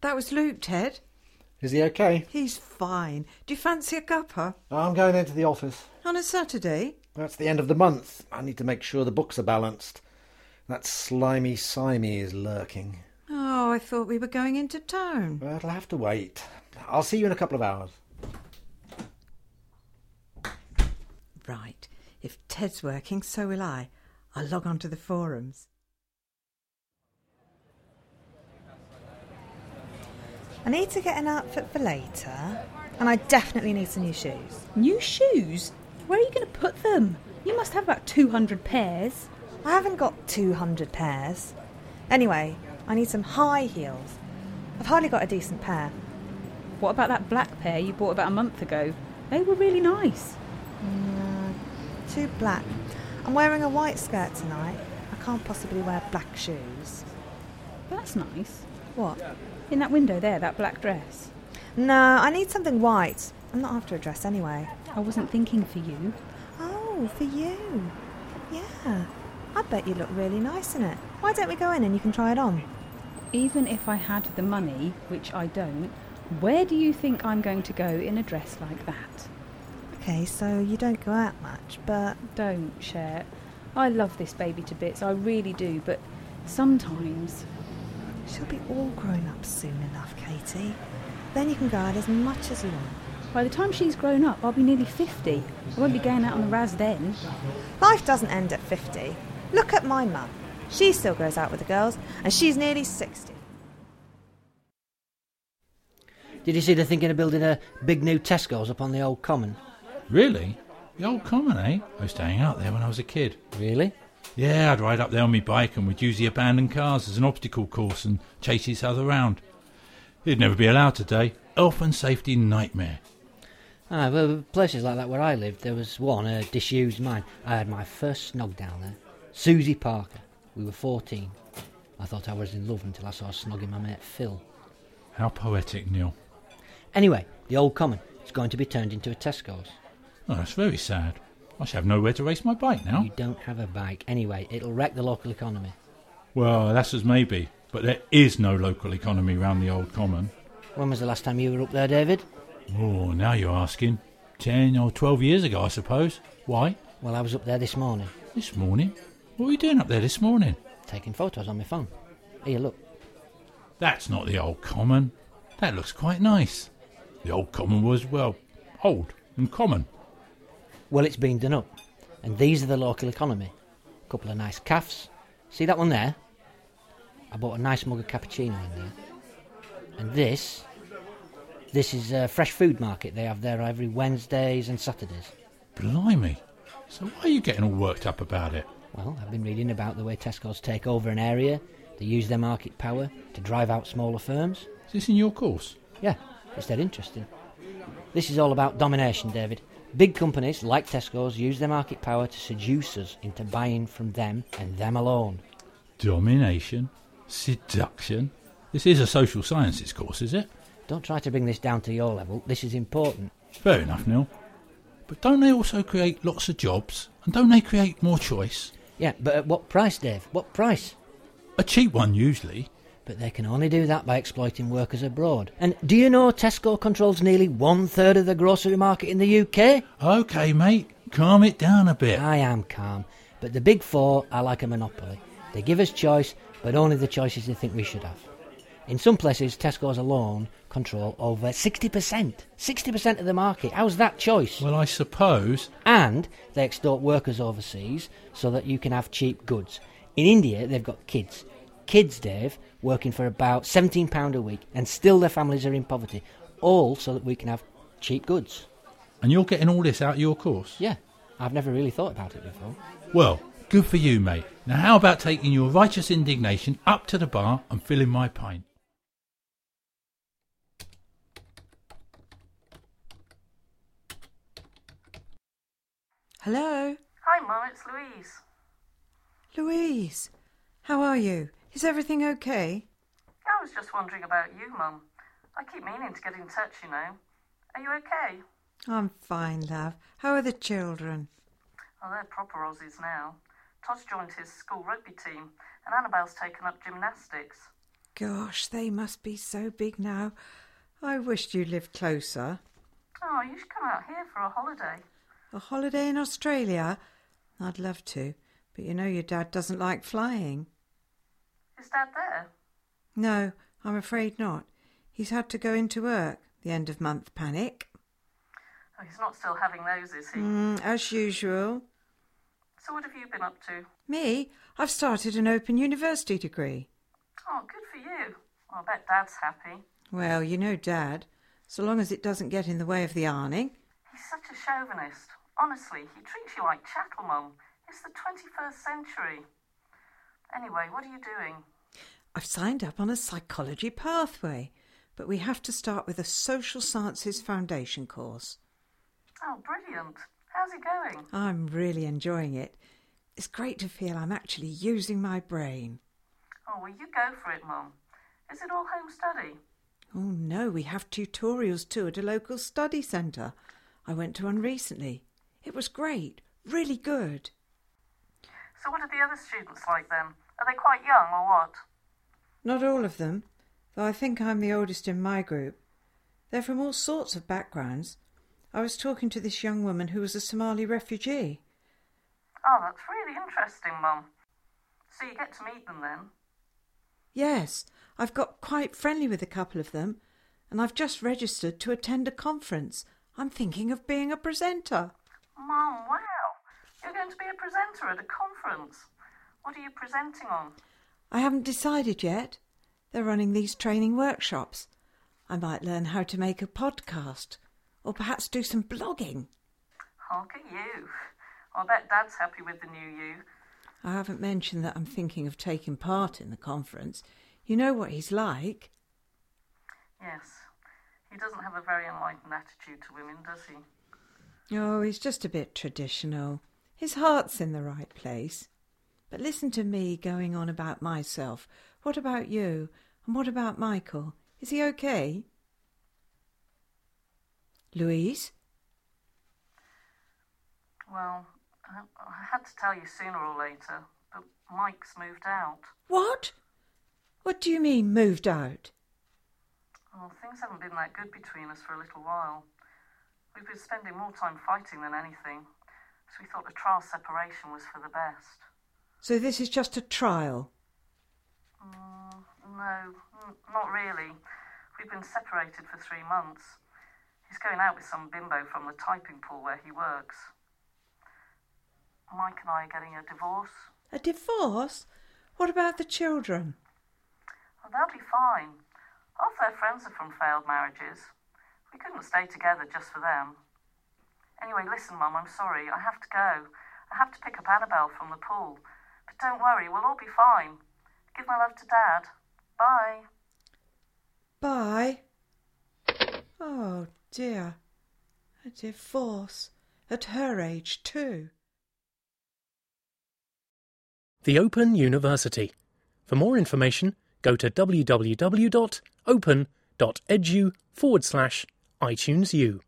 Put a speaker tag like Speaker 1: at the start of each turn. Speaker 1: That was Luke, Ted.
Speaker 2: Is he okay?
Speaker 1: He's fine. Do you fancy a cuppa?
Speaker 2: I'm going into the office.
Speaker 1: On a Saturday?
Speaker 2: That's the end of the month. I need to make sure the books are balanced. That slimy Simey is lurking.
Speaker 1: Oh, I thought we were going into town.
Speaker 2: Well, it'll have to wait. I'll see you in a couple of hours.
Speaker 1: Right. If Ted's working, so will I. I'll log on to the forums.
Speaker 3: I need to get an outfit for later, and I definitely need some new shoes.
Speaker 4: New shoes? Where are you going to put them? You must have about 200 pairs.
Speaker 3: I haven't got 200 pairs. Anyway, I need some high heels. I've hardly got a decent pair.
Speaker 4: What about that black pair you bought about a month ago? They were really nice.
Speaker 3: Too black. I'm wearing a white skirt tonight. I can't possibly wear black shoes.
Speaker 4: That's nice.
Speaker 3: What?
Speaker 4: In that window there, that black dress.
Speaker 3: No, I need something white. I'm not after a dress anyway.
Speaker 4: I wasn't thinking for you.
Speaker 3: Oh, for you. Yeah. I bet you look really nice in it. Why don't we go in and you can try it on?
Speaker 4: Even if I had the money, which I don't, where do you think I'm going to go in a dress like that?
Speaker 3: Okay, so you don't go out much, but
Speaker 4: Don't, Cher. I love this baby to bits, I really do, but sometimes.
Speaker 3: she'll be all grown up soon enough, Katie. Then you can go out as much as you want.
Speaker 4: By the time she's grown up, I'll be nearly 50. I won't be going out on the Raz then.
Speaker 3: Life doesn't end at 50. Look at my mum. She still goes out with the girls, and she's nearly 60.
Speaker 5: Did you see they're thinking of building a big new Tesco's up on the old common?
Speaker 6: Really? The old common, eh? I used to hang out there when I was a kid.
Speaker 5: Really?
Speaker 6: Yeah, I'd ride up there on my bike and we'd use the abandoned cars as an obstacle course and chase each other round. It'd never be allowed today. Elf and safety nightmare.
Speaker 5: Ah, well, places like that where I lived, there was one, a disused mine. I had my first snog down there. Susie Parker. We were 14. I thought I was in love until I saw snogging my mate Phil.
Speaker 6: How poetic, Neil.
Speaker 5: Anyway, the old common. It's going to be turned into a Tesco's.
Speaker 6: Oh, that's very sad. I shall have nowhere to race my bike now.
Speaker 5: You don't have a bike. Anyway, it'll wreck the local economy.
Speaker 6: Well, that's as maybe. But there is no local economy round the old common.
Speaker 5: When was the last time you were up there, David?
Speaker 6: Oh, now you're asking. Ten or twelve years ago, I suppose. Why?
Speaker 5: Well, I was up there this morning,
Speaker 6: This morning? What were you doing up there this morning?
Speaker 5: taking photos on my phone. Here, look.
Speaker 6: That's not the old common. That looks quite nice. The old common was, well, old and common.
Speaker 5: Well, it's been done up. And these are the local economy. A couple of nice calves. See that one there? I bought a nice mug of cappuccino in there. And this, this is a fresh food market they have there every Wednesdays and Saturdays.
Speaker 6: Blimey. So why are you getting all worked up about it?
Speaker 5: Well, I've been reading about the way Tesco's take over an area. They use their market power to drive out smaller firms.
Speaker 6: Is this in your course?
Speaker 5: Yeah, it's dead interesting. This is all about domination, David. Big companies like Tesco's use their market power to seduce us into buying from them and them alone.
Speaker 6: Domination? Seduction? This is a social sciences course, is it?
Speaker 5: Don't try to bring this down to your level. This is important.
Speaker 6: Fair enough, Neil. But don't they also create lots of jobs? And don't they create more choice?
Speaker 5: Yeah, but at what price, Dave? What price?
Speaker 6: A cheap one, usually.
Speaker 5: But they can only do that by exploiting workers abroad. And do you know Tesco controls nearly one third of the grocery market in the UK?
Speaker 6: Okay, mate, calm it down a bit.
Speaker 5: I am calm. But the big four are like a monopoly. They give us choice, but only the choices they think we should have. In some places, Tesco's alone control over 60%. 60% of the market. How's that choice?
Speaker 6: Well, I suppose.
Speaker 5: and they extort workers overseas so that you can have cheap goods. In India, they've got kids. Kids, Dave, working for about £17 a week, and still their families are in poverty, all so that we can have cheap goods.
Speaker 6: And you're getting all this out of your course?
Speaker 5: Yeah, I've never really thought about it before.
Speaker 6: Well, good for you, mate. Now, how about taking your righteous indignation up to the bar and filling my pint?
Speaker 1: Hello?
Speaker 7: Hi, Mum, it's Louise.
Speaker 1: Louise, how are you? Is everything okay?
Speaker 7: I was just wondering about you, Mum. I keep meaning to get in touch, you know. Are you okay?
Speaker 1: I'm fine, love. How are the children?
Speaker 7: Oh, they're proper Aussies now. Todd's joined his school rugby team, and Annabelle's taken up gymnastics.
Speaker 1: Gosh, they must be so big now. I wished you lived closer.
Speaker 7: Oh, you should come out here for a holiday.
Speaker 1: A holiday in Australia? I'd love to, but you know your dad doesn't like flying.
Speaker 7: Is Dad there?
Speaker 1: No, I'm afraid not. He's had to go into work, the end of month panic.
Speaker 7: Oh, he's not still having those, is he?
Speaker 1: Mm, as usual.
Speaker 7: So, what have you been up to?
Speaker 1: Me? I've started an open university degree.
Speaker 7: Oh, good for you. Well, I bet Dad's happy.
Speaker 1: Well, you know, Dad, so long as it doesn't get in the way of the ironing.
Speaker 7: He's such a chauvinist. Honestly, he treats you like chattel, Mum. It's the 21st century. Anyway, what are you doing?
Speaker 1: I've signed up on a psychology pathway, but we have to start with a social sciences foundation course.
Speaker 7: Oh, brilliant. How's it going?
Speaker 1: I'm really enjoying it. It's great to feel I'm actually using my brain.
Speaker 7: Oh, well, you go for it, Mum. Is it all home study?
Speaker 1: Oh no, we have tutorials too at a local study centre. I went to one recently. It was great, really good.
Speaker 7: So, what are the other students like then? Are they quite young or what?
Speaker 1: Not all of them, though I think I'm the oldest in my group. They're from all sorts of backgrounds. I was talking to this young woman who was a Somali refugee.
Speaker 7: Oh, that's really interesting, Mum. So, you get to meet them then?
Speaker 1: Yes, I've got quite friendly with a couple of them, and I've just registered to attend a conference. I'm thinking of being a presenter.
Speaker 7: Mum, wow. You're going to be a presenter at a conference. What are you presenting on?
Speaker 1: I haven't decided yet. They're running these training workshops. I might learn how to make a podcast, or perhaps do some blogging.
Speaker 7: Hark at you. I bet Dad's happy with the new you.
Speaker 1: I haven't mentioned that I'm thinking of taking part in the conference. You know what he's like.
Speaker 7: Yes. He doesn't have a very enlightened attitude to women, does he?
Speaker 1: Oh, he's just a bit traditional. His heart's in the right place. But listen to me going on about myself. What about you? And what about Michael? Is he okay? Louise?
Speaker 7: Well, I, I had to tell you sooner or later, but Mike's moved out.
Speaker 1: What? What do you mean, moved out?
Speaker 7: Well, things haven't been that good between us for a little while. We've been spending more time fighting than anything, so we thought a trial separation was for the best.
Speaker 1: So this is just a trial?
Speaker 7: Mm, no, n- not really. We've been separated for three months. He's going out with some bimbo from the typing pool where he works. Mike and I are getting a divorce.
Speaker 1: A divorce? What about the children?
Speaker 7: Well, Oh, they'll be fine. Half their friends are from failed marriages. We couldn't stay together just for them. Anyway, listen, Mum, I'm sorry. I have to go. I have to pick up Annabelle from the pool. But don't worry, we'll all be fine. Give my love to Dad. Bye.
Speaker 1: Bye. Oh dear. A divorce. At her age, too.
Speaker 8: The Open University. For more information, go to www.open.edu forward slash iTunes